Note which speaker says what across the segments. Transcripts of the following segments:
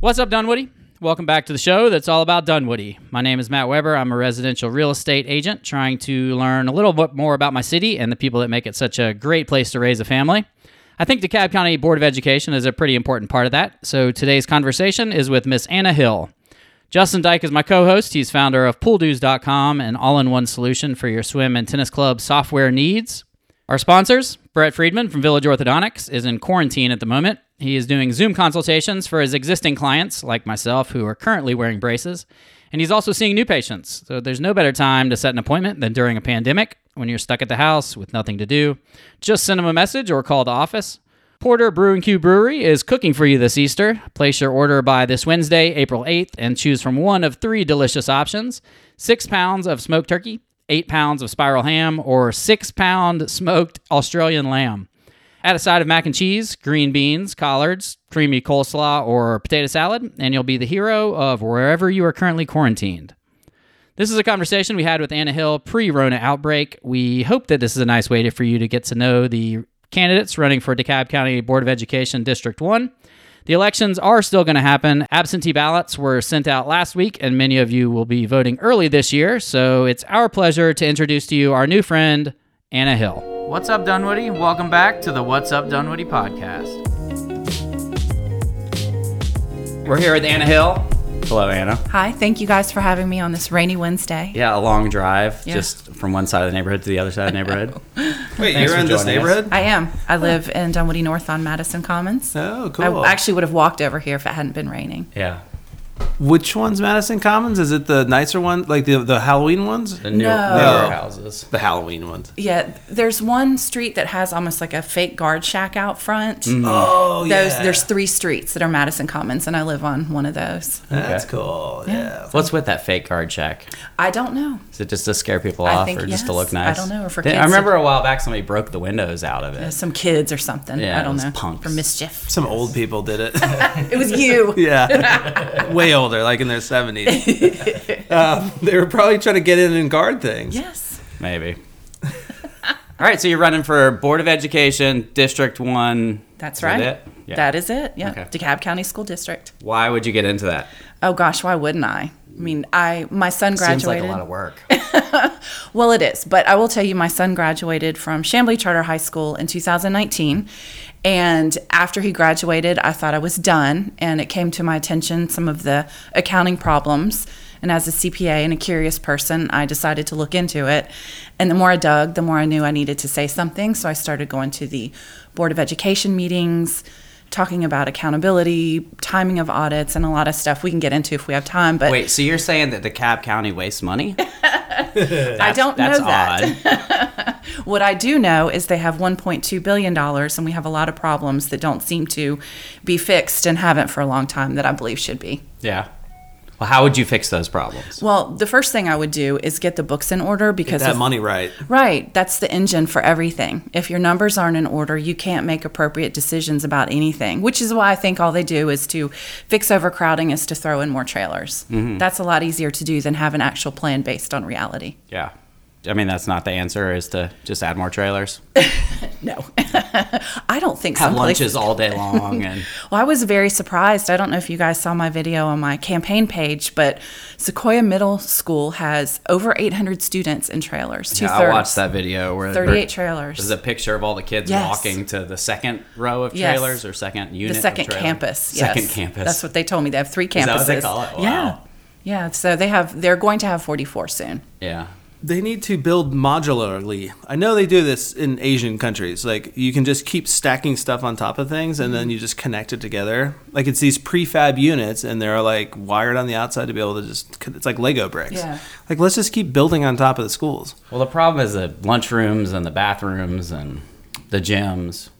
Speaker 1: What's up, Dunwoody? Welcome back to the show that's all about Dunwoody. My name is Matt Weber. I'm a residential real estate agent trying to learn a little bit more about my city and the people that make it such a great place to raise a family. I think the DeKalb County Board of Education is a pretty important part of that. So today's conversation is with Miss Anna Hill. Justin Dyke is my co host. He's founder of pooldues.com, an all in one solution for your swim and tennis club software needs. Our sponsors, Brett Friedman from Village Orthodontics, is in quarantine at the moment. He is doing Zoom consultations for his existing clients, like myself, who are currently wearing braces. And he's also seeing new patients. So there's no better time to set an appointment than during a pandemic when you're stuck at the house with nothing to do. Just send him a message or call the office. Porter Brew and Q Brewery is cooking for you this Easter. Place your order by this Wednesday, April 8th, and choose from one of three delicious options six pounds of smoked turkey, eight pounds of spiral ham, or six pound smoked Australian lamb. Add a side of mac and cheese, green beans, collards, creamy coleslaw, or potato salad, and you'll be the hero of wherever you are currently quarantined. This is a conversation we had with Anna Hill pre Rona outbreak. We hope that this is a nice way to, for you to get to know the candidates running for DeKalb County Board of Education District 1. The elections are still going to happen. Absentee ballots were sent out last week, and many of you will be voting early this year. So it's our pleasure to introduce to you our new friend, Anna Hill. What's up, Dunwoody? Welcome back to the What's Up Dunwoody podcast. We're here with Anna Hill.
Speaker 2: Hello, Anna.
Speaker 3: Hi, thank you guys for having me on this rainy Wednesday.
Speaker 2: Yeah, a long drive
Speaker 3: Yeah.
Speaker 2: just from one side of the neighborhood to the other side of the neighborhood.
Speaker 4: Wait,
Speaker 2: Thanks
Speaker 4: you're
Speaker 2: for
Speaker 4: in
Speaker 2: joining
Speaker 4: this
Speaker 2: us.
Speaker 4: neighborhood?
Speaker 3: I am. I live in Dunwoody North on Madison Commons.
Speaker 4: Oh,
Speaker 3: I
Speaker 4: cool.
Speaker 3: actually would have walked over here if it hadn't been raining.
Speaker 2: yeah.
Speaker 4: Which one's Madison Commons? Is it the nicer one, like the the Halloween ones?
Speaker 2: The new,
Speaker 3: No.
Speaker 2: newer houses.
Speaker 4: The Halloween ones.
Speaker 3: Yeah, there's one street that has almost like a fake guard shack out front.
Speaker 2: Mm-hmm.
Speaker 4: Oh,
Speaker 3: Those there's three streets that are Madison Commons and I live on one of those.
Speaker 4: That's cool. Yeah.
Speaker 2: What's with that fake guard check?
Speaker 3: I don't know.
Speaker 2: Is it just to scare people
Speaker 3: I
Speaker 2: off
Speaker 3: think
Speaker 2: or just to
Speaker 3: yes.
Speaker 2: look nice?
Speaker 3: I don't know, or for
Speaker 2: Then- I
Speaker 3: kids to-
Speaker 2: remember a while back somebody broke the windows out of it.
Speaker 3: Some kids or something.
Speaker 2: Yeah,
Speaker 3: I don't
Speaker 2: those
Speaker 3: know.
Speaker 2: punks.
Speaker 3: For mischief.
Speaker 4: Some old people did it.
Speaker 3: It was you.
Speaker 4: yeah. Way older, like in their 70s. um, they were probably trying to get in and guard things.
Speaker 3: Yes.
Speaker 2: Maybe. All right, so you're running for Board of Education, District 1.
Speaker 3: That's
Speaker 2: Is that
Speaker 3: right.
Speaker 2: it? Yeah.
Speaker 3: That is it. Yeah.
Speaker 2: Okay.
Speaker 3: DeKalb County School District.
Speaker 2: Why would you get into that?
Speaker 3: Oh gosh, why wouldn't I? I mean, I my son graduated.
Speaker 2: Seems like a lot of work.
Speaker 3: Well, it is, but I will tell you, my son graduated from Chamblee Charter High School in 2019. And after he graduated, I thought I was done. And it came to my attention some of the accounting problems. And as a CPA and a curious person, I decided to look into it. And the more I dug, the more I knew I needed to say something. So I started going to the Board of Education meetings, talking about accountability, timing of audits, and a lot of stuff we can get into if we have time. But
Speaker 2: Wait, so you're saying that DeKalb County wastes money?
Speaker 3: I don't know
Speaker 2: That's
Speaker 3: that.
Speaker 2: odd.
Speaker 3: What I do know is they have $1.2 billion, and we have a lot of problems that don't seem to be fixed and haven't for a long time that I believe should be.
Speaker 2: Yeah. Well, how would you fix those problems?
Speaker 3: Well, the first thing I would do is get the books in order because
Speaker 4: That
Speaker 3: if-
Speaker 4: money right.
Speaker 3: Right, that's the engine for everything. If your numbers aren't in order, you can't make appropriate decisions about anything, which is why I think all they do is to fix overcrowding is to throw in more trailers. That's a lot easier to do than have an actual plan based on reality.
Speaker 2: Yeah. I mean, that's not the answer is to just add more trailers.
Speaker 3: No. I don't think
Speaker 2: Have
Speaker 3: some places-
Speaker 2: lunches all day long and
Speaker 3: Well, I was very surprised. I don't know if you guys saw my video on my campaign page, but Sequoia Middle School has over 800 students in trailers. Two
Speaker 2: Yeah, I
Speaker 3: thirds.
Speaker 2: watched that video where
Speaker 3: 38
Speaker 2: There's
Speaker 3: trailers.
Speaker 2: a picture of all the kids
Speaker 3: Yes.
Speaker 2: walking to the second row of
Speaker 3: Yes.
Speaker 2: trailers or second
Speaker 3: The
Speaker 2: unit. of
Speaker 3: second
Speaker 2: trailer.
Speaker 3: campus. Yes.
Speaker 2: Second campus.
Speaker 3: That's what they told me. They have three campuses.
Speaker 2: Is that what they call it?
Speaker 3: Yeah.
Speaker 2: Wow.
Speaker 3: Yeah. So they have. They're going to have 44 soon.
Speaker 2: Yeah.
Speaker 4: They need to build modularly. I know they do this in Asian countries. Like you can just keep stacking stuff on top of things and then you just connect it together. Like it's these prefab units and they're like wired on the outside to be able to just it's like Lego bricks.
Speaker 3: Yeah.
Speaker 4: Like let's just keep building on top of the schools.
Speaker 2: Well, the problem is the lunchrooms and the bathrooms and the gyms.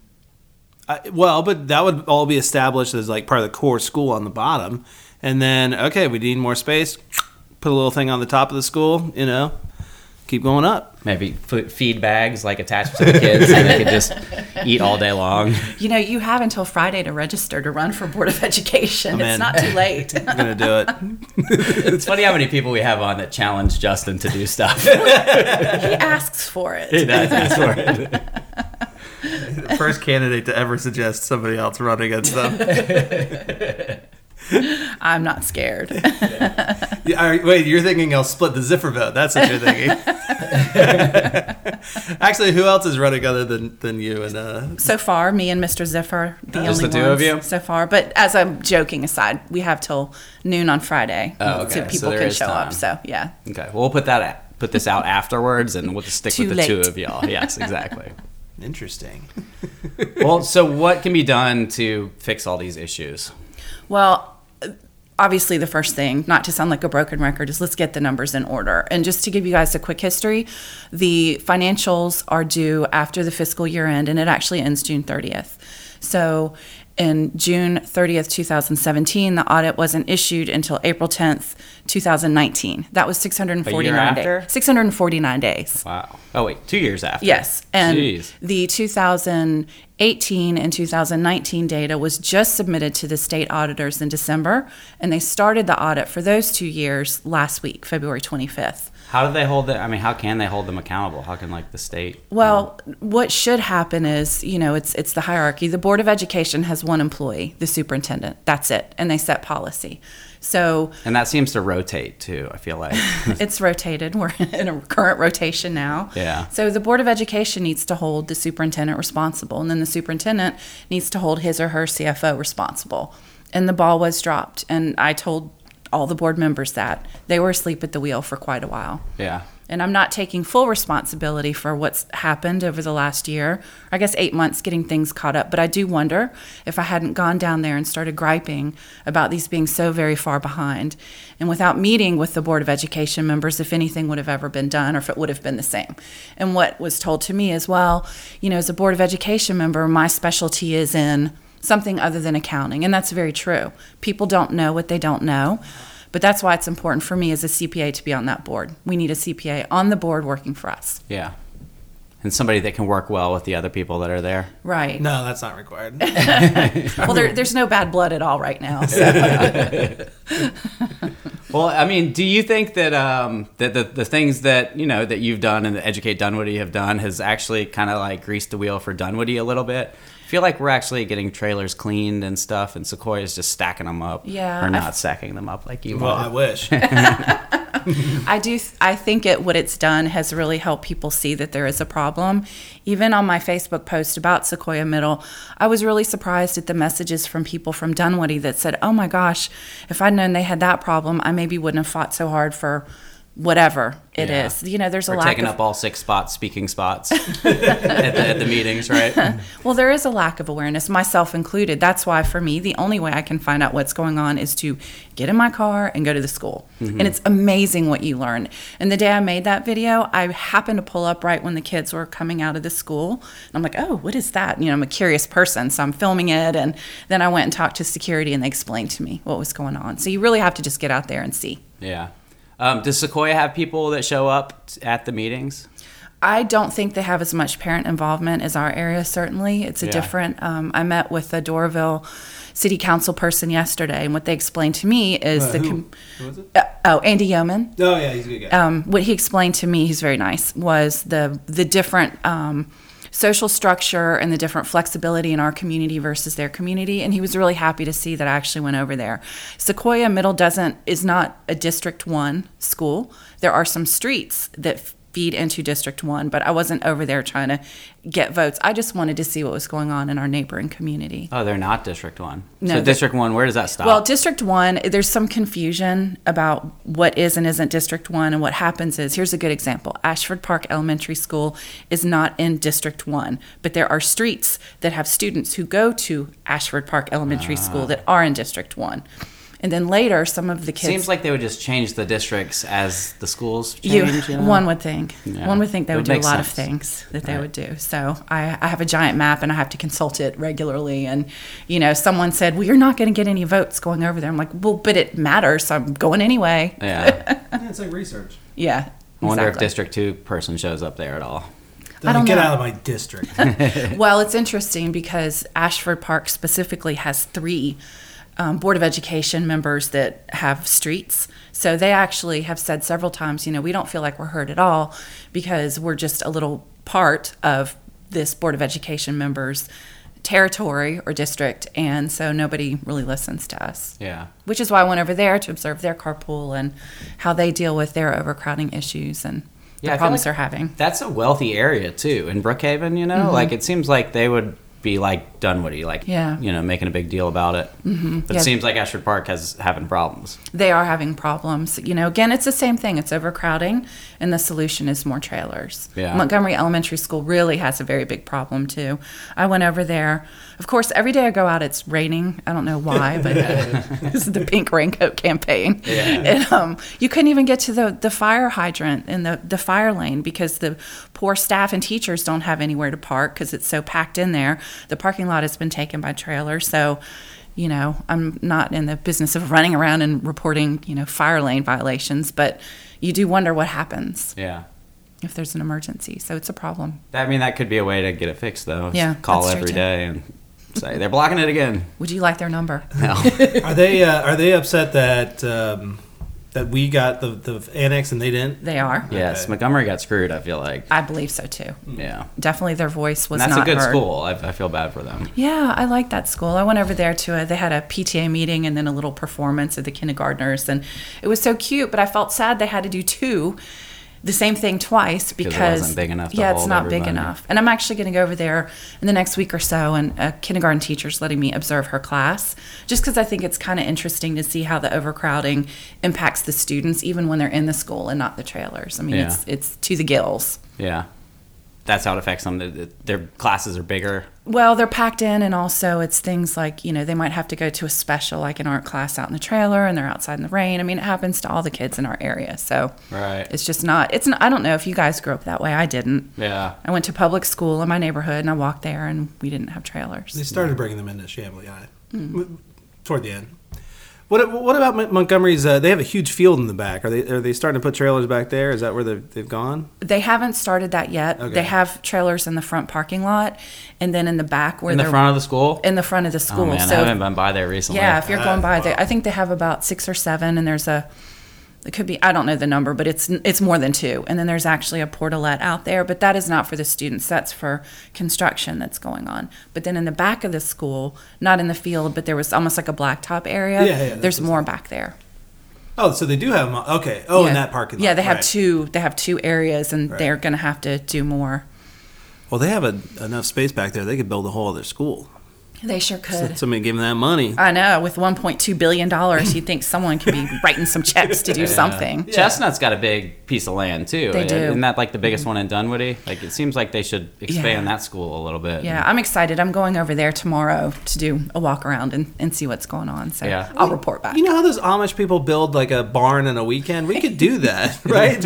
Speaker 4: I, well, but that would all be established as like part of the core school on the bottom. And then okay, we need more space. Put a little thing on the top of the school, you know. Keep going up.
Speaker 2: Maybe food, feed bags like attached to the kids and they could just eat all day long.
Speaker 3: You know, you have until Friday to register to run for Board of Education.
Speaker 4: I'm
Speaker 3: it's
Speaker 4: in.
Speaker 3: not too late.
Speaker 4: I'm gonna do it.
Speaker 2: It's funny how many people we have on that challenge Justin to do stuff.
Speaker 3: he asks for it.
Speaker 2: That's for it.
Speaker 4: first candidate to ever suggest somebody else run against them.
Speaker 3: I'm not scared.
Speaker 4: Yeah, all right, wait, you're thinking I'll split the Zipper vote. That's what you're thinking. Actually, who else is running other than, than you? And uh,
Speaker 3: so far, me and Mr. Ziffer, the
Speaker 1: Just
Speaker 3: only
Speaker 1: the two of
Speaker 3: ones
Speaker 1: you?
Speaker 3: so far. But as I'm joking aside, we have till noon on Friday,
Speaker 1: Oh, okay.
Speaker 3: so
Speaker 1: So
Speaker 3: people
Speaker 1: there
Speaker 3: can
Speaker 1: is
Speaker 3: show
Speaker 1: time.
Speaker 3: up. So yeah,
Speaker 1: Okay, well, we'll put that out, put this out afterwards, and we'll just stick
Speaker 3: Too
Speaker 1: with the
Speaker 3: late.
Speaker 1: two of y'all. Yes, exactly.
Speaker 4: interesting.
Speaker 1: well, so what can be done to fix all these issues?
Speaker 3: Well, obviously, the first thing, not to sound like a broken record, is let's get the numbers in order. And just to give you guys a quick history, the financials are due after the fiscal year end, and it actually ends June 30th. So, in June 30th, 2017, the audit wasn't issued until April 10th, 2019. That was 649
Speaker 1: after?
Speaker 3: days. 649 days.
Speaker 1: Wow. Oh wait, two years after.
Speaker 3: Yes, and
Speaker 1: Jeez.
Speaker 3: the 2018 and 2019 data was just submitted to the state auditors in December, and they started the audit for those two years last week, February 25th.
Speaker 1: How do they hold it? I mean, how can they hold them accountable? How can like the state?
Speaker 3: Well, what should happen is, you know, it's it's the hierarchy. The Board of Education has one employee, the superintendent. That's it, and they set policy. So
Speaker 1: And that seems to rotate too. I feel like.
Speaker 3: it's rotated. We're in a current rotation now.
Speaker 1: Yeah.
Speaker 3: So the Board of Education needs to hold the superintendent responsible, and then the superintendent needs to hold his or her CFO responsible. And the ball was dropped, and I told all the board members that they were asleep at the wheel for quite a while.
Speaker 1: yeah.
Speaker 3: And I'm not taking full responsibility for what's happened over the last year, I guess eight months getting things caught up. But I do wonder if I hadn't gone down there and started griping about these being so very far behind. And without meeting with the Board of Education members, if anything would have ever been done or if it would have been the same. And what was told to me as well, you know, as a Board of Education member, my specialty is in something other than accounting. And that's very true. People don't know what they don't know. But that's why it's important for me as a CPA to be on that board. We need a CPA on the board working for us.
Speaker 1: Yeah. And somebody that can work well with the other people that are there.
Speaker 3: Right.
Speaker 4: No, that's not required.
Speaker 3: Well, there, there's no bad blood at all right now. So.
Speaker 1: Well, I mean, do you think that um, that the, the things that you know that you've done and that Educate Dunwoody have done has actually kind of like greased the wheel for Dunwoody a little bit? I feel like we're actually getting trailers cleaned and stuff, and Sequoia's just stacking them up.
Speaker 3: Yeah,
Speaker 1: or
Speaker 3: I
Speaker 1: not
Speaker 3: f-
Speaker 1: stacking them up like you
Speaker 4: well,
Speaker 1: want.
Speaker 4: I wish.
Speaker 3: I do. th- I think it what it's done has really helped people see that there is a problem. Even on my Facebook post about Sequoia Middle, I was really surprised at the messages from people from Dunwoody that said, "Oh my gosh, if I'd known they had that problem, I maybe wouldn't have fought so hard for whatever it
Speaker 1: Yeah.
Speaker 3: is." You know, there's a
Speaker 1: We're
Speaker 3: lack
Speaker 1: taking
Speaker 3: of
Speaker 1: up all six spots, speaking spots at, the, at the meetings, right?
Speaker 3: Well, there is a lack of awareness, myself included. That's why, for me, the only way I can find out what's going on is to get in my car and go to the school. And it's amazing what you learn. And the day I made that video, I happened to pull up right when the kids were coming out of the school. And I'm like, oh, what is that? You know, I'm a curious person, so I'm filming it. And then I went and talked to security, and they explained to me what was going on. So you really have to just get out there and see.
Speaker 1: Yeah. Um, does Sequoia have people that show up t- at the meetings?
Speaker 3: I don't think they have as much parent involvement as our area, certainly. It's a
Speaker 1: Yeah.
Speaker 3: different. Um, I met with a Doraville city council person yesterday, and what they explained to me is
Speaker 4: Uh,
Speaker 3: the.
Speaker 4: who?
Speaker 3: Com-
Speaker 4: Who was it?
Speaker 3: uh, oh, Andy Yeoman.
Speaker 4: Oh, yeah, he's a good guy.
Speaker 3: Um, what he explained to me, he's very nice, was the, the different. Um, social structure and the different flexibility in our community versus their community and he was really happy to see that I actually went over there. Sequoia Middle doesn't is not a district 1 school. There are some streets that feed into district 1, but I wasn't over there trying to get votes. I just wanted to see what was going on in our neighboring community.
Speaker 1: Oh, they're not District One.
Speaker 3: No,
Speaker 1: so
Speaker 3: they're-
Speaker 1: District One, where does that stop?
Speaker 3: Well, District 1, there's some confusion about what is and isn't District 1. And what happens is here's a good example Ashford Park Elementary School is not in District 1, but there are streets that have students who go to Ashford Park Elementary
Speaker 1: Ah.
Speaker 3: School that are in District 1. And then later, some of the kids.
Speaker 1: Seems like they would just change the districts as the schools
Speaker 3: you,
Speaker 1: change. You, know?
Speaker 3: one would think.
Speaker 1: Yeah.
Speaker 3: One would think they
Speaker 1: It
Speaker 3: would,
Speaker 1: would
Speaker 3: do a
Speaker 1: make
Speaker 3: lot of
Speaker 1: sense.
Speaker 3: things that they would do. So I, I have a giant map and I have to consult it regularly. And, you know, someone said, well, you're not going to get any votes going over there. I'm like, well, but it matters. So I'm going anyway.
Speaker 1: Yeah.
Speaker 4: yeah, it's like research.
Speaker 3: Yeah.
Speaker 1: I wonder
Speaker 3: exactly.
Speaker 1: if District Two person shows up there at all.
Speaker 3: I don't
Speaker 4: get
Speaker 3: know.
Speaker 4: out of my district.
Speaker 3: Well, it's interesting because Ashford Park specifically has three um, Board of Education members that have streets. So they actually have said several times, you know, we don't feel like we're heard at all because we're just a little part of this Board of Education members territory or district, and so nobody really listens to us.
Speaker 1: Yeah.
Speaker 3: Which is why I went over there to observe their carpool and how they deal with their overcrowding issues and
Speaker 1: I
Speaker 3: the
Speaker 1: feel
Speaker 3: problems
Speaker 1: like
Speaker 3: they're having.
Speaker 1: That's a wealthy area too in Brookhaven. You know,
Speaker 3: Mm-hmm.
Speaker 1: like it seems like they would be like Dunwoody, like
Speaker 3: Yeah.
Speaker 1: you know, making a big deal about it. Mm-hmm. But
Speaker 3: Yeah.
Speaker 1: it seems like Ashford Park has having problems.
Speaker 3: They are having problems. You know, again, it's the same thing. It's overcrowding, and the solution is more trailers.
Speaker 1: Yeah.
Speaker 3: Montgomery Elementary School really has a very big problem too. I went over there. Of course, every day I go out, it's raining. I don't know why, but this is the pink raincoat campaign. And um, you couldn't even get to the, the fire hydrant and the, the fire lane because the poor staff and teachers don't have anywhere to park because it's so packed in there. The parking lot has been taken by trailers. So, you know, I'm not in the business of running around and reporting, you know, fire lane violations, but you do wonder what happens
Speaker 1: Yeah.
Speaker 3: if there's an emergency. So it's a problem.
Speaker 1: I mean, that could be a way to get it fixed, though. Just
Speaker 3: Yeah,
Speaker 1: Call
Speaker 3: that's true,
Speaker 1: every
Speaker 3: too.
Speaker 1: day and say they're blocking it again.
Speaker 3: Would you like their number?
Speaker 5: Are they uh, are they upset that um, that we got the, the annex and they didn't?
Speaker 3: They are.
Speaker 1: Yes, Montgomery got screwed. I feel like.
Speaker 3: I believe so too.
Speaker 1: Yeah.
Speaker 3: Definitely their voice was
Speaker 1: And that's a
Speaker 3: not
Speaker 1: good
Speaker 3: heard.
Speaker 1: school. I, I feel bad for them.
Speaker 3: Yeah, I like that school. I went over there to a, they had a PTA meeting and then a little performance of the kindergartners, and it was so cute. But I felt sad they had to do two, the same thing twice
Speaker 1: it
Speaker 3: because
Speaker 1: wasn't big enough to
Speaker 3: yeah, it's
Speaker 1: hold
Speaker 3: not big
Speaker 1: everybody.
Speaker 3: enough. And I'm actually going to go over there in the next week or so, and a kindergarten teacher's letting me observe her class, just because I think it's kind of interesting to see how the overcrowding impacts the students, even when they're in the school and not the trailers. I mean,
Speaker 1: Yeah.
Speaker 3: it's it's to the gills.
Speaker 1: Yeah. That's how it affects them. Their- Their classes are bigger.
Speaker 3: Well, they're packed in, and also it's things like, you know, they might have to go to a special, like an art class out in the trailer, and they're outside in the rain. I mean, it happens to all the kids in our area. So
Speaker 1: Right.
Speaker 3: it's just not, it's not, I don't know if you guys grew up that way. I didn't.
Speaker 1: Yeah.
Speaker 3: I went to public school in my neighborhood, and I walked there, and we didn't have trailers.
Speaker 5: They started bringing them into Shambly High M- toward the end.
Speaker 4: What what about Mon- Montgomery's? Uh, they have a huge field in the back. Are they are they starting to put trailers back there? Is that where they've, they've gone?
Speaker 3: They haven't started that yet.
Speaker 4: Okay.
Speaker 3: They have trailers in the front parking lot, and then in the back where
Speaker 1: In the
Speaker 3: they're
Speaker 1: front of the school.
Speaker 3: in the front of the
Speaker 1: oh
Speaker 3: school.
Speaker 1: man, I haven't been by there recently.
Speaker 3: Yeah, if you're going
Speaker 5: Ah,
Speaker 3: by, they, I think they have about six or seven, and there's a. It could be I don't know the number, but it's it's more than two. And then there's actually a portalette out there, but that is not for the students. That's for construction that's going on. But then in the back of the school, not in the field, but there was almost like a blacktop area.
Speaker 5: Yeah, yeah, that's
Speaker 3: there's
Speaker 5: what's
Speaker 3: more back there.
Speaker 5: Oh, so they do have mo- okay. Oh, in that parking lot.
Speaker 3: Yeah, they have
Speaker 5: right.
Speaker 3: two. They have two areas, and
Speaker 5: Right.
Speaker 3: they're going to have to do more.
Speaker 4: Well, they have a, enough space back there. They could build a whole other school.
Speaker 3: They sure could.
Speaker 4: Somebody give them that money.
Speaker 3: I know. With 1.2 billion dollars, you'd think someone could be writing some checks to do something.
Speaker 1: Chestnut's got a big piece of land too.
Speaker 3: They do. Mm-hmm.
Speaker 1: Isn't that like the biggest one in Dunwoody? Like it seems like they should expand
Speaker 3: Yeah.
Speaker 1: that school a little bit.
Speaker 3: Yeah, I'm excited. I'm going over there tomorrow to do a walk around and, and see what's going on. So
Speaker 1: Yeah.
Speaker 3: I'll report back.
Speaker 4: You know how those Amish people build like a barn in a weekend? We could do that, right?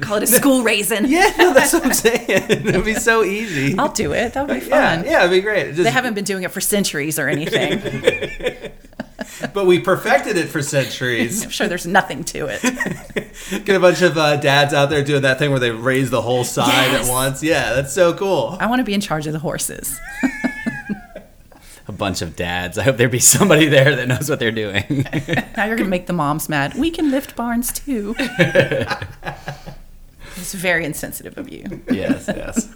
Speaker 3: Call it a school raisin.
Speaker 4: yeah, no, that's what I'm saying. It'd be so easy.
Speaker 3: I'll do it. That'll be
Speaker 4: yeah,
Speaker 3: Oh, fun.
Speaker 4: yeah, it'd be great. Just-
Speaker 3: They haven't been doing it for centuries or anything.
Speaker 4: but we perfected it for centuries.
Speaker 3: I'm sure there's nothing to it.
Speaker 4: Get a bunch of uh, dads out there doing that thing where they raise the whole side
Speaker 3: Yes.
Speaker 4: at once. Yeah, that's so cool.
Speaker 3: I want to be in charge of the horses.
Speaker 1: A bunch of dads. I hope there be somebody there that knows what they're doing.
Speaker 3: Now you're going to make the moms mad. We can lift barns too. it's very insensitive of you.
Speaker 1: yes, yes.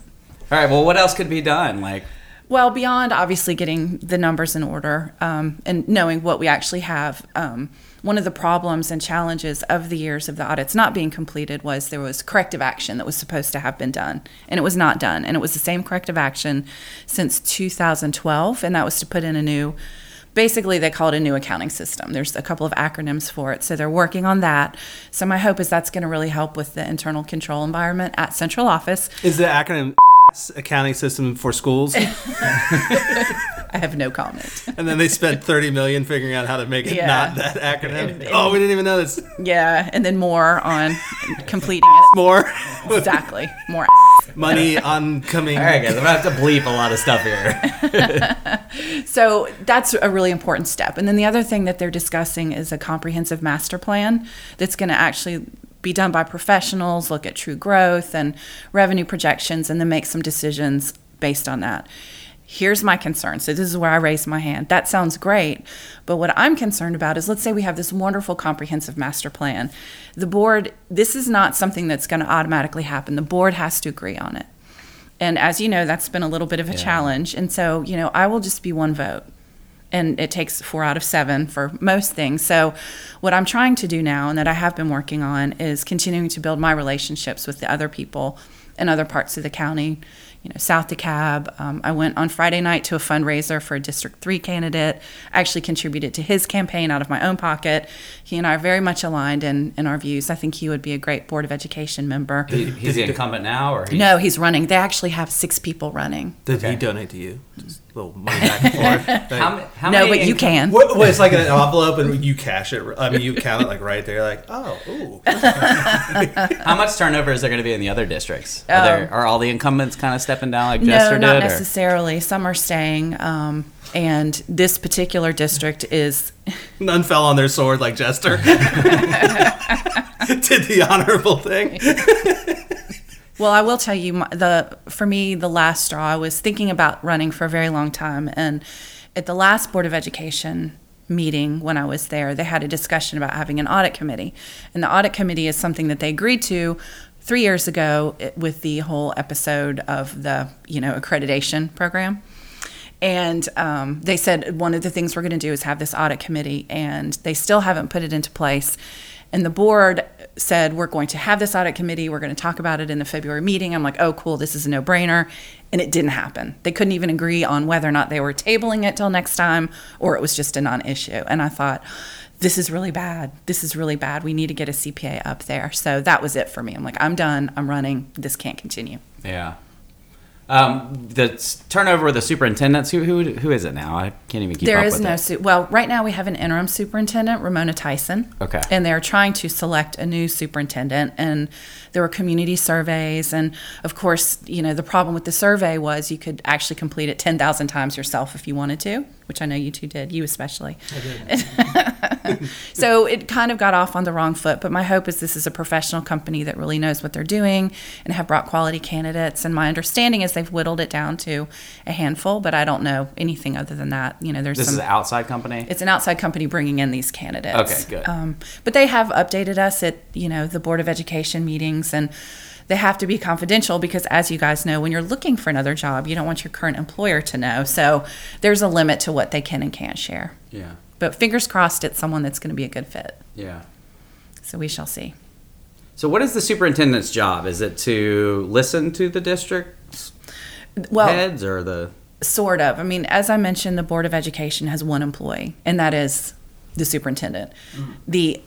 Speaker 1: All right. Well, what else could be done? Like,
Speaker 3: Well, beyond obviously getting the numbers in order um, and knowing what we actually have, um, one of the problems and challenges of the years of the audits not being completed was there was corrective action that was supposed to have been done, and it was not done. And it was the same corrective action since 2012, and that was to put in a new basically they call it a new accounting system there's a couple of acronyms for it so they're working on that so my hope is that's going to really help with the internal control environment at central office
Speaker 4: Is the acronym accounting system for schools?
Speaker 3: i have no comment
Speaker 4: and then they spent 30 million figuring out how to make it
Speaker 3: Yeah.
Speaker 4: not that acronym.
Speaker 3: It- it-
Speaker 4: oh, we didn't even know this
Speaker 3: Yeah, and then more on completing it.
Speaker 4: more
Speaker 3: Exactly, more. ass.
Speaker 4: money on coming.
Speaker 1: all right, guys, I'm gonna have to bleep a lot of stuff here.
Speaker 3: So that's a really important step. And then the other thing that they're discussing is a comprehensive master plan that's going to actually be done by professionals, look at true growth and revenue projections, and then make some decisions based on that. Here's my concern. So, this is where I raise my hand. That sounds great, but what I'm concerned about is let's say we have this wonderful comprehensive master plan. The board, this is not something that's going to automatically happen. The board has to agree on it. And as you know, that's been a little bit of a challenge. And so, you know, I will just be one vote. And it takes four out of seven for most things. So, what I'm trying to do now and that I have been working on is continuing to build my relationships with the other people in other parts of the county, you know, South DeKalb. Um, I went on Friday night to a fundraiser for a District 3 candidate. I actually contributed to his campaign out of my own pocket. He and I are very much aligned in, in our views. I think he would be a great Board of Education member.
Speaker 1: He- He's the incumbent now, or he's,
Speaker 3: No, he's running. They actually have six people running.
Speaker 4: Did he donate to you? Just a little money back and forth. Like,
Speaker 1: How, m- how
Speaker 3: no,
Speaker 1: many
Speaker 3: but you
Speaker 1: incum-
Speaker 3: can.
Speaker 5: What, what, it's like an envelope, and you cash it. I mean, you count it like right there. Like, oh, ooh.
Speaker 1: How much turnover is there going to be in the other districts? Are, there, are all the incumbents kind of stepping down like
Speaker 3: Oh. No,
Speaker 1: Jester
Speaker 3: not
Speaker 1: did? or-
Speaker 3: necessarily. Some are staying. Um, and this particular district is
Speaker 4: None fell on their sword like Jester. Did the honorable thing.
Speaker 3: Well, I will tell you my- the for me the last straw. I was thinking about running for a very long time, and at the last Board of Education meeting when I was there, they had a discussion about having an audit committee, and the audit committee is something that they agreed to three years ago eh, with the whole episode of the you know accreditation program. And um, they said one of the things we're going to do is have this audit committee, and they still haven't put it into place. And the board said, We're going to have this audit committee. We're going to talk about it in the February meeting. I'm like, Oh, cool. This is a no brainer. And it didn't happen. They couldn't even agree on whether or not they were tabling it till next time or it was just a non issue. And I thought, This is really bad. This is really bad. We need to get a CPA up there. So that was it for me. I'm like, I'm done. I'm running. This can't continue.
Speaker 1: Yeah. Um, the s- turnover of the superintendents. Who who who is it now? I can't even keep
Speaker 3: There
Speaker 1: up
Speaker 3: is
Speaker 1: with
Speaker 3: no
Speaker 1: it.
Speaker 3: su- well right now we have an interim superintendent ramona tyson
Speaker 1: Okay.
Speaker 3: and they're trying to select a new superintendent and there were community surveys and of course you know the problem with the survey was you could actually complete it 10000 times yourself if you wanted to which i know you two did you especially so it kind of got off on the wrong foot but my hope is this is a professional company that really knows what they're doing and have brought quality candidates and my understanding is they've whittled it down to a handful but i don't know anything other than that you know there's
Speaker 1: This
Speaker 3: some
Speaker 1: is an outside company.
Speaker 3: it's an outside company bringing in these candidates.
Speaker 1: Okay, good.
Speaker 3: Um, but they have updated us at you know the board of education meetings, and they have to be confidential because, as you guys know, when you're looking for another job, you don't want your current employer to know. So there's a limit to what they can and can't share.
Speaker 1: Yeah.
Speaker 3: But fingers crossed, it's someone that's going to be a good fit.
Speaker 1: Yeah.
Speaker 3: So we shall see.
Speaker 1: So what is the superintendent's job? Is it to listen to the district's
Speaker 3: Well,
Speaker 1: heads or the
Speaker 3: Sort of. I mean, as I mentioned, the Board of Education has one employee, and that is the superintendent.
Speaker 5: Mm.
Speaker 3: The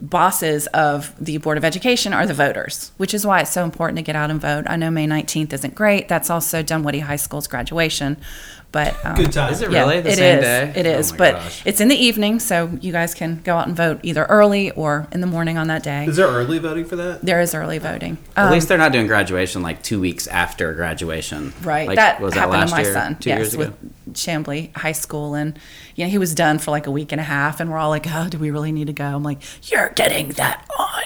Speaker 3: bosses of the Board of Education are the voters, which is why it's so important to get out and vote. I know May 19th isn't great. That's also Dunwoody High School's graduation, but um,
Speaker 5: Good time.
Speaker 1: Is it really the
Speaker 3: it
Speaker 1: same
Speaker 3: is.
Speaker 1: day?
Speaker 3: It is,
Speaker 1: Oh my
Speaker 3: but
Speaker 1: gosh.
Speaker 3: it's in the evening, so you guys can go out and vote either early or in the morning on that day.
Speaker 5: Is there early voting for that?
Speaker 3: there is early voting.
Speaker 1: At
Speaker 3: Um,
Speaker 1: least they're not doing graduation like two weeks after graduation.
Speaker 3: Right.
Speaker 1: Like,
Speaker 3: that
Speaker 1: was that
Speaker 3: happened
Speaker 1: last
Speaker 3: to my
Speaker 1: year?
Speaker 3: son.
Speaker 1: Two
Speaker 3: yes,
Speaker 1: years ago.
Speaker 3: with Chambly High School, and you know he was done for like a week and a half, and we're all like, "Oh, do we really need to go?" I'm like, "You're getting that on,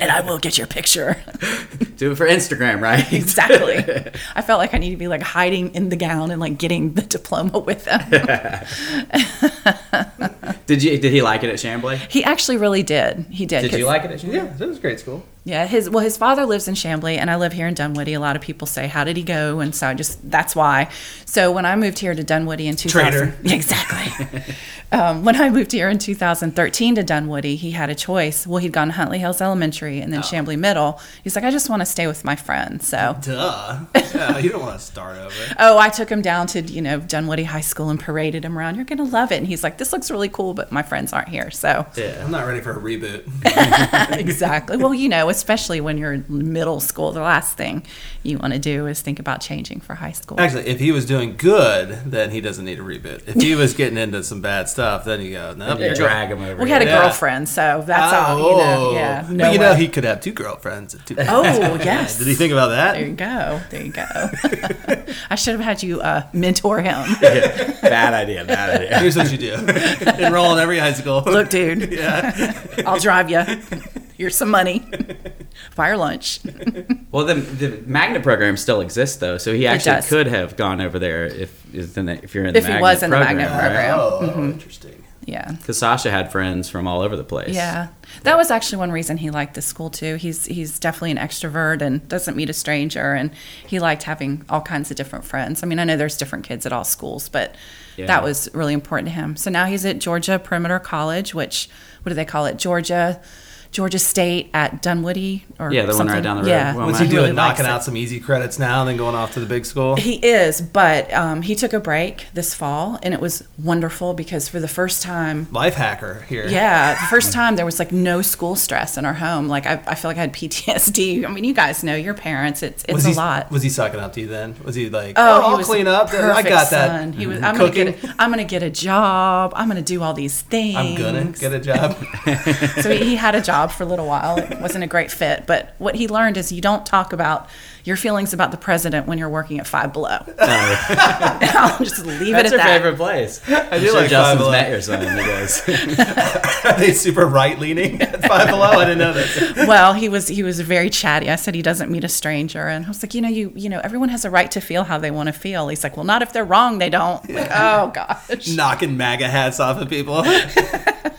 Speaker 3: and I will get your picture."
Speaker 1: Do it for Instagram, right?
Speaker 3: exactly. I felt like I need to be like hiding in the gown and like getting the diploma with him.
Speaker 1: Did you? Did he like it at Chambly?
Speaker 3: he actually really did. He did.
Speaker 1: Did
Speaker 3: 'cause-
Speaker 1: you like it at Chambly?
Speaker 5: Yeah, that was great school.
Speaker 3: Yeah, his well, his father lives in Chambly, and I live here in Dunwoody. A lot of people say, "How did he go?" And so I just that's why. So when I moved here to Dunwoody in 2000,
Speaker 5: Traitor.
Speaker 3: Yeah, exactly. um, when I moved here in 2013 to Dunwoody, he had a choice. Well, he'd gone to Huntley Hills Elementary and then Chambly Middle. He's like, "I just want to stay with my friends." So
Speaker 5: Duh. Yeah, you don't want to start over.
Speaker 3: oh, I took him down to you know Dunwoody High School and paraded him around. You're gonna love it. And he's like, "This looks really cool, but my friends aren't here." So
Speaker 5: I'm not ready for a reboot.
Speaker 3: exactly. Well, you know, especially when you're in middle school, the last thing you want to do is think about changing for high school.
Speaker 4: Actually, if he was doing good, then he doesn't need a reboot. If he was getting into some bad stuff, then you go, nope,
Speaker 1: You
Speaker 4: you're
Speaker 1: drag him over.
Speaker 3: we had a
Speaker 4: Yeah. Oh.
Speaker 3: girlfriend, so that's all. You know, yeah.
Speaker 4: but you know,
Speaker 3: way.
Speaker 4: he could have two girlfriends. At two
Speaker 3: oh yes.
Speaker 4: Did he think about
Speaker 3: There you
Speaker 4: that?
Speaker 3: go. There you go. I should have had you uh, mentor him.
Speaker 1: bad idea. Bad idea.
Speaker 4: Here's what you do: enroll in every high school.
Speaker 3: Look, dude. I'll drive you. Here's some money. Buy your lunch.
Speaker 1: Well, the, the magnet program still exists though, so he actually
Speaker 3: does.
Speaker 1: could have gone over there if is the, if you're in the
Speaker 3: If Mm-hmm. he was in the magnet program.
Speaker 1: right?
Speaker 5: Oh, interesting.
Speaker 3: Yeah.
Speaker 1: Because Sasha had friends from all over the place.
Speaker 3: Yeah, that was actually one reason he liked the school too. He's he's definitely an extrovert and doesn't meet a stranger, and he liked having all kinds of different friends. I mean, I know there's different kids at all schools, but
Speaker 1: Yeah.
Speaker 3: that was really important to him. So now he's at Georgia Perimeter College, which what do they call it? Georgia, Georgia State at Dunwoody or
Speaker 1: Yeah, the one right
Speaker 3: something.
Speaker 1: down the road.
Speaker 3: Yeah,
Speaker 1: Wilmette.
Speaker 5: What's he
Speaker 1: He
Speaker 5: doing?
Speaker 3: really likes
Speaker 5: Knocking
Speaker 3: it.
Speaker 5: out some easy credits now and then going off to the big school?
Speaker 3: He is, but um, he took a break this fall, and it was wonderful because for the first time
Speaker 5: Life hacker here.
Speaker 3: Yeah, the first time there was like no school stress in our home. Like I, I feel like I had PTSD. I mean, you guys know your parents. It's it's
Speaker 5: Was
Speaker 3: a
Speaker 5: he,
Speaker 3: lot.
Speaker 5: Was he sucking up to you then? Was he like,
Speaker 3: Oh,
Speaker 5: oh,
Speaker 3: he
Speaker 5: I'll
Speaker 3: was
Speaker 5: clean
Speaker 3: the
Speaker 5: up. I
Speaker 3: perfect
Speaker 5: got that.
Speaker 3: son. He was.
Speaker 5: Mhm.
Speaker 3: I'm
Speaker 5: Cooking.
Speaker 3: gonna get. A, I'm gonna get a job. I'm gonna do all these things.
Speaker 5: I'm gonna get a job.
Speaker 3: so he, he had a job for a little while. It wasn't a great fit, but what he learned is you don't talk about your feelings about the president when you're working at Five Below. I'll just leave
Speaker 1: That's
Speaker 3: it
Speaker 1: your
Speaker 3: at that.
Speaker 1: favorite place. I do
Speaker 5: like
Speaker 1: Justin's
Speaker 5: Five
Speaker 1: met your son, you guys.
Speaker 5: Are they super right leaning at Five Below? I didn't know this.
Speaker 3: well, he was he was very chatty. I said he doesn't meet a stranger, and I was like, you know, you you know, everyone has a right to feel how they want to feel. He's like, well, not if they're wrong, they don't. Like, oh gosh.
Speaker 5: Knocking MAGA hats off of people.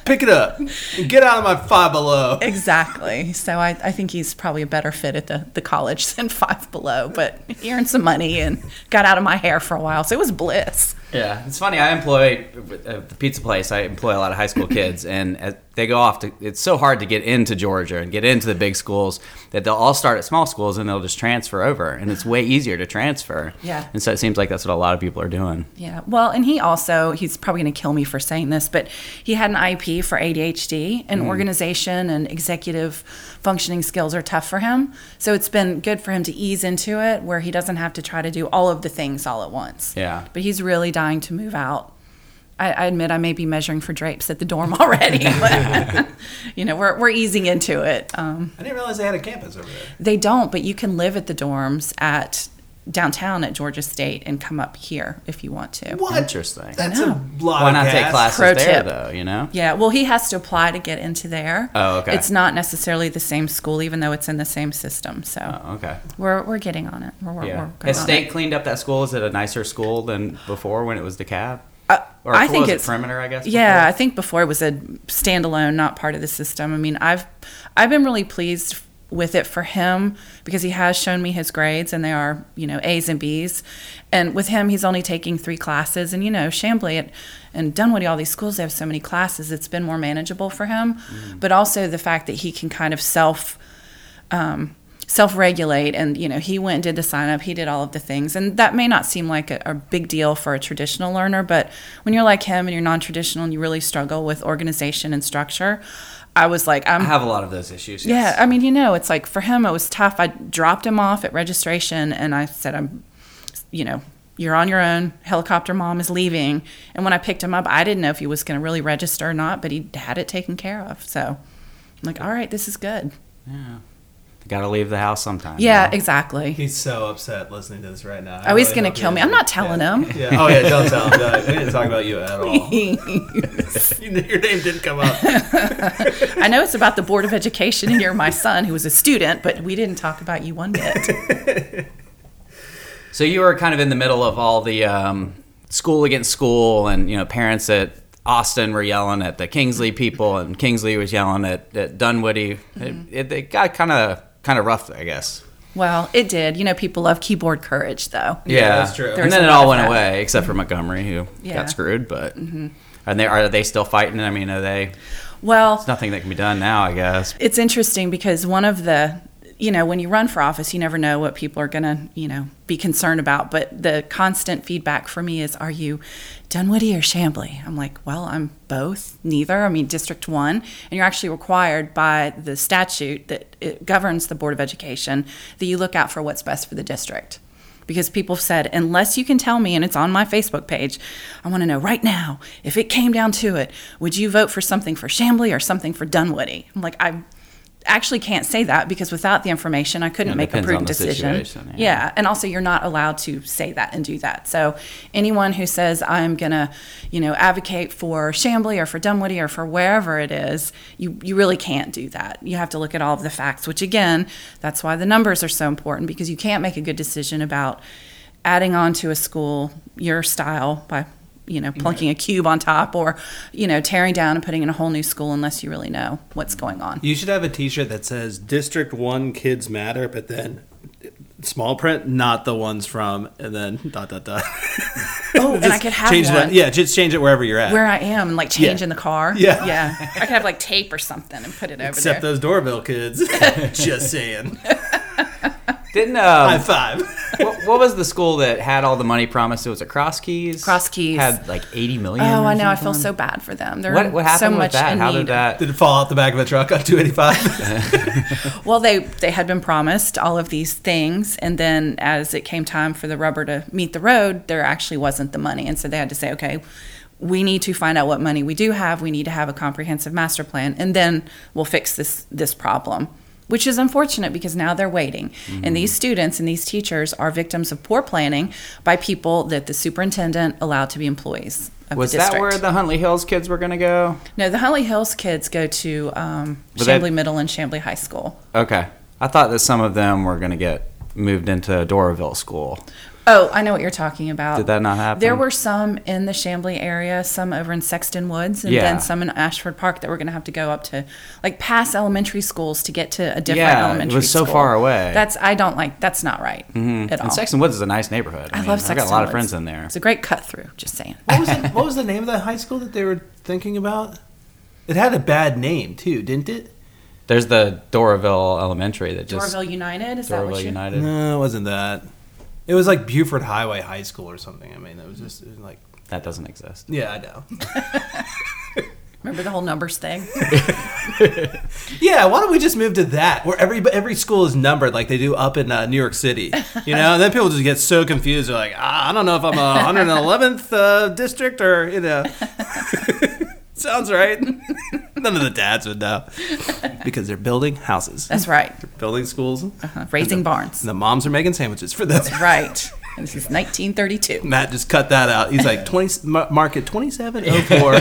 Speaker 5: Pick it up. Get out of my Five Below.
Speaker 3: Exactly. So I, I think he's probably a better fit at the, the college than Five Below, but he earned some money and got out of my hair for a while. So it was bliss.
Speaker 1: yeah, it's funny. I employ at the pizza place. I employ a lot of high school kids, and as they go off to. It's so hard to get into Georgia and get into the big schools that they'll all start at small schools and they'll just transfer over, and it's way easier to transfer.
Speaker 3: Yeah.
Speaker 1: And so it seems like that's what a lot of people are doing.
Speaker 3: Yeah. Well, and he also, he's probably going to kill me for saying this, but he had an IEP for ADHD, and organization and executive functioning skills are tough for him. So it's been good for him to ease into it where he doesn't have to try to do all of the things all at once.
Speaker 1: Yeah.
Speaker 3: But he's really dying to move out. I, I admit I may be measuring for drapes at the dorm already, but you know, we're, we're easing into it. Um,
Speaker 5: I didn't realize they had a campus over there.
Speaker 3: they don't, but you can live at the dorms at downtown at Georgia State and come up here if you want to.
Speaker 5: What?
Speaker 1: Interesting.
Speaker 5: That's a lot.
Speaker 1: Why
Speaker 5: of
Speaker 1: not take
Speaker 5: gas.
Speaker 1: classes
Speaker 3: Pro
Speaker 1: there
Speaker 3: tip.
Speaker 1: though? You know.
Speaker 3: Yeah, well, he has to apply to get into there.
Speaker 1: Oh, okay.
Speaker 3: It's not necessarily the same school, even though it's in the same system. So
Speaker 1: Oh, okay.
Speaker 3: we're, we're getting on it. We're, we're,
Speaker 1: Yeah.
Speaker 3: we're good
Speaker 1: Has
Speaker 3: on
Speaker 1: state
Speaker 3: it.
Speaker 1: cleaned up that school? Is it a nicer school than before when it was DeKalb?
Speaker 3: Uh,
Speaker 1: Or
Speaker 3: I
Speaker 1: what
Speaker 3: think
Speaker 1: was it,
Speaker 3: it's
Speaker 1: perimeter, I guess,
Speaker 3: Yeah,
Speaker 1: before?
Speaker 3: I think before it was a standalone, not part of the system. I mean, I've I've been really pleased with it for him because he has shown me his grades and they are you know A's and B's, and with him he's only taking three classes. And you know Chambly at, and Dunwoody, all these schools they have so many classes. It's been more manageable for him,
Speaker 1: Mm.
Speaker 3: but also the fact that he can kind of self um, self-regulate and you know he went and did the sign up he did all of the things and that may not seem like a, a big deal for a traditional learner but when you're like him and you're non-traditional and you really struggle with organization and structure i was like i'm
Speaker 1: I have a lot of those issues.
Speaker 3: yeah
Speaker 1: yes.
Speaker 3: i mean you know it's like for him it was tough i dropped him off at registration and i said i'm you know you're on your own helicopter mom is leaving and when i picked him up i didn't know if he was going to really register or not but he had it taken care of so i'm like all right this is good
Speaker 1: Got to leave the house sometime. you
Speaker 3: yeah
Speaker 1: know?
Speaker 3: exactly
Speaker 5: He's so upset listening to this right now. I
Speaker 3: Oh, he's
Speaker 5: really
Speaker 3: gonna
Speaker 5: hope he
Speaker 3: kill me.
Speaker 5: doesn't.
Speaker 3: I'm not telling
Speaker 5: Yeah.
Speaker 3: him.
Speaker 5: Yeah. Oh yeah. Don't tell him. No, we didn't talk about you at all. Your name didn't come up.
Speaker 3: I know it's about the Board of Education and you're my son who was a student, but we didn't talk about you one bit.
Speaker 1: So you were kind of in the middle of all the um, school against school, and you know, parents at Austin were yelling at the Kingsley people, and Kingsley was yelling at, at Dunwoody.
Speaker 3: Mm-hmm.
Speaker 1: It, it, it got kind of kind of rough, I guess.
Speaker 3: Well, it did. You know, people love keyboard courage, though.
Speaker 1: Yeah,
Speaker 5: that's true.
Speaker 1: and
Speaker 3: There's
Speaker 1: then
Speaker 3: a
Speaker 1: it
Speaker 3: lot
Speaker 1: all
Speaker 3: of
Speaker 1: went
Speaker 3: that.
Speaker 1: away, except for Montgomery, who
Speaker 3: Yeah. Mm-hmm.
Speaker 1: got screwed. But and they are they still fighting? I mean, are they?
Speaker 3: Well,
Speaker 1: There's nothing that can be done now, I guess.
Speaker 3: it's interesting because one of the you know when you run for office you never know what people are going to you know be concerned about but the constant feedback for me is are you dunwoody or chambly i'm like well i'm both neither i mean district one and you're actually required by the statute that it governs the board of education that you look out for what's best for the district because people have said unless you can tell me and it's on my facebook page i want to know right now if it came down to it would you vote for something for shambly or something for dunwoody i'm like i actually can't say that because without the information i couldn't
Speaker 1: Yeah, it
Speaker 3: make a
Speaker 1: depends
Speaker 3: prudent
Speaker 1: on the
Speaker 3: decision
Speaker 1: situation,
Speaker 3: yeah.
Speaker 1: yeah.
Speaker 3: and also you're not allowed to say that and do that so anyone who says i'm going to you know advocate for shambly or for dunwoody or for wherever it is you, you really can't do that you have to look at all of the facts which again that's why the numbers are so important because you can't make a good decision about adding on to a school your style by you know, plunking a cube on top or, you know, tearing down and putting in a whole new school unless you really know what's going on.
Speaker 4: You should have a T-shirt that says "District One Kids Matter," but then small print, not the ones from, and then dot dot dot.
Speaker 3: Oh, and I could have
Speaker 4: change
Speaker 3: one
Speaker 4: it. Yeah, just change it wherever you're at.
Speaker 3: where I am and like change in the car.
Speaker 4: Yeah.
Speaker 3: Yeah. I could have like tape or something and put it over
Speaker 4: Except
Speaker 3: there.
Speaker 4: those doorbell kids. just saying.
Speaker 1: Didn't
Speaker 4: High
Speaker 1: um,
Speaker 4: five.
Speaker 1: what, what was the school that had all the money promised? It was a Cross Keys.
Speaker 3: Cross Keys.
Speaker 1: had like eighty million.
Speaker 3: oh,
Speaker 1: or
Speaker 3: I know. I feel
Speaker 1: something.
Speaker 3: so bad for them. They're
Speaker 1: What, what happened
Speaker 3: so
Speaker 1: with
Speaker 3: much
Speaker 1: that?
Speaker 3: in
Speaker 1: How
Speaker 3: need.
Speaker 1: did that?
Speaker 4: Did it fall out the back of a truck on 285?
Speaker 3: Well, they they had been promised all of these things, and then as it came time for the rubber to meet the road, there actually wasn't the money, and so they had to say, okay. We need to find out what money we do have. We need to have a comprehensive master plan, and then we'll fix this this problem, which is unfortunate because now they're waiting. And
Speaker 1: Mm.
Speaker 3: these students and these teachers are victims of poor planning by people that the superintendent allowed to be employees of
Speaker 1: was
Speaker 3: the district.
Speaker 1: that where the Huntley Hills kids were gonna go?
Speaker 3: no, the Huntley Hills kids go to um,
Speaker 1: But that-
Speaker 3: Shambly Middle and Shambly High School.
Speaker 1: Okay, I thought that some of them were gonna get moved into Doraville School.
Speaker 3: Oh, I know what you're talking about.
Speaker 1: Did that not happen?
Speaker 3: There were some in the Shambly area, some over in Sexton Woods, and
Speaker 1: Yeah.
Speaker 3: then some in Ashford Park that were going to have to go up to like past elementary schools to get to a different
Speaker 1: Yeah, it
Speaker 3: elementary.
Speaker 1: was so
Speaker 3: school.
Speaker 1: far away. Mm-hmm.
Speaker 3: That's I don't like. That's not right at all.
Speaker 1: And Sexton Woods is a nice neighborhood.
Speaker 3: I
Speaker 1: mean,
Speaker 3: love Sexton.
Speaker 1: I got a lot of
Speaker 3: Woods.
Speaker 1: friends in there.
Speaker 3: It's a great cut through. Just saying.
Speaker 4: what, was the,
Speaker 5: What was the name of that high school that they were thinking about? It had a bad name too, didn't it?
Speaker 1: There's the Doraville Elementary that just
Speaker 3: Doraville United is that
Speaker 1: Doraville Mm-hmm.
Speaker 3: what you?
Speaker 1: United.
Speaker 4: No, it wasn't that.
Speaker 5: It was like Buford Highway High School or something. I mean, it was just it was like,
Speaker 1: That doesn't exist.
Speaker 5: yeah, I know.
Speaker 3: Remember the whole numbers thing?
Speaker 5: Yeah, why don't we just move to that where every every school is numbered like they do up in uh, New York City? You know, and then people just get so confused. They're like, ah, I don't know if I'm a 111th uh, district or you know.
Speaker 4: Sounds right. None of the dads would know because they're building houses,
Speaker 3: That's right.
Speaker 4: building schools.
Speaker 3: Uh, raising barns.
Speaker 4: The moms are making sandwiches for them.
Speaker 3: Right. And this is 1932.
Speaker 4: Matt just cut that out. He's like twenty mar- market twenty seven oh four.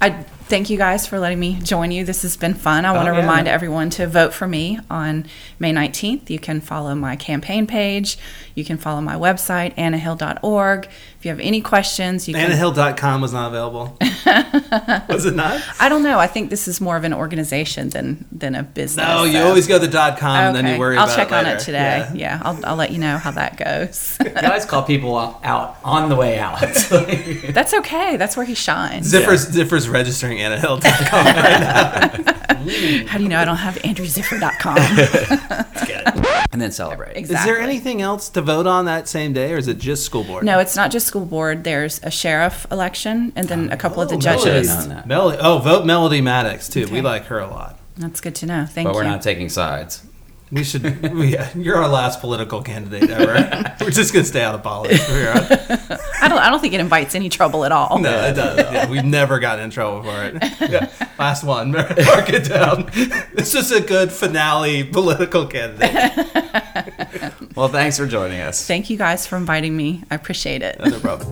Speaker 3: I thank you guys for letting me join you. This has been fun. I want to
Speaker 4: Oh, yeah.
Speaker 3: remind everyone to vote for me on May 19th. You can follow my campaign page. You can follow my website, annahill.org. If you have any questions, you can.
Speaker 4: AnnaHill.com was not available. was it not?
Speaker 3: I don't know. I think this is more of an organization than than a business.
Speaker 4: No, you
Speaker 3: so-
Speaker 4: always go to dot com and then
Speaker 3: Okay.
Speaker 4: you worry
Speaker 3: I'll
Speaker 4: about
Speaker 3: check
Speaker 4: it
Speaker 3: on
Speaker 4: later.
Speaker 3: it today.
Speaker 4: Yeah.
Speaker 3: Yeah, I'll, I'll let you know how that goes.
Speaker 1: You always call people out on the way out.
Speaker 3: That's okay. That's where he shines.
Speaker 4: Ziffer's Ziffer's registering AnnaHill.com.
Speaker 3: How do you know I don't have andrewziffer.com?
Speaker 1: and then celebrate.
Speaker 3: exactly.
Speaker 4: Is there anything else to vote on that same day, or is it just school board?
Speaker 3: No, it's not just school board. There's a sheriff election and then a couple of the
Speaker 1: Should have
Speaker 3: judges.
Speaker 1: known that.
Speaker 4: Oh, Melody, oh, vote Melody Maddox too. We
Speaker 3: Okay.
Speaker 4: like her a lot.
Speaker 3: That's good to know. Thank
Speaker 1: But
Speaker 3: you.
Speaker 1: we're not taking sides.
Speaker 4: We should. yeah, you're our last political candidate ever. We're just gonna stay out of politics. from here on.
Speaker 3: I don't. I don't think it invites any trouble at all.
Speaker 4: No, it does. Yeah, we've never gotten in trouble for it. Yeah. Last one, mark it down. It's just a good finale political candidate.
Speaker 1: Well, thanks for joining us.
Speaker 3: Thank you guys for inviting me. I appreciate it.
Speaker 4: No problem.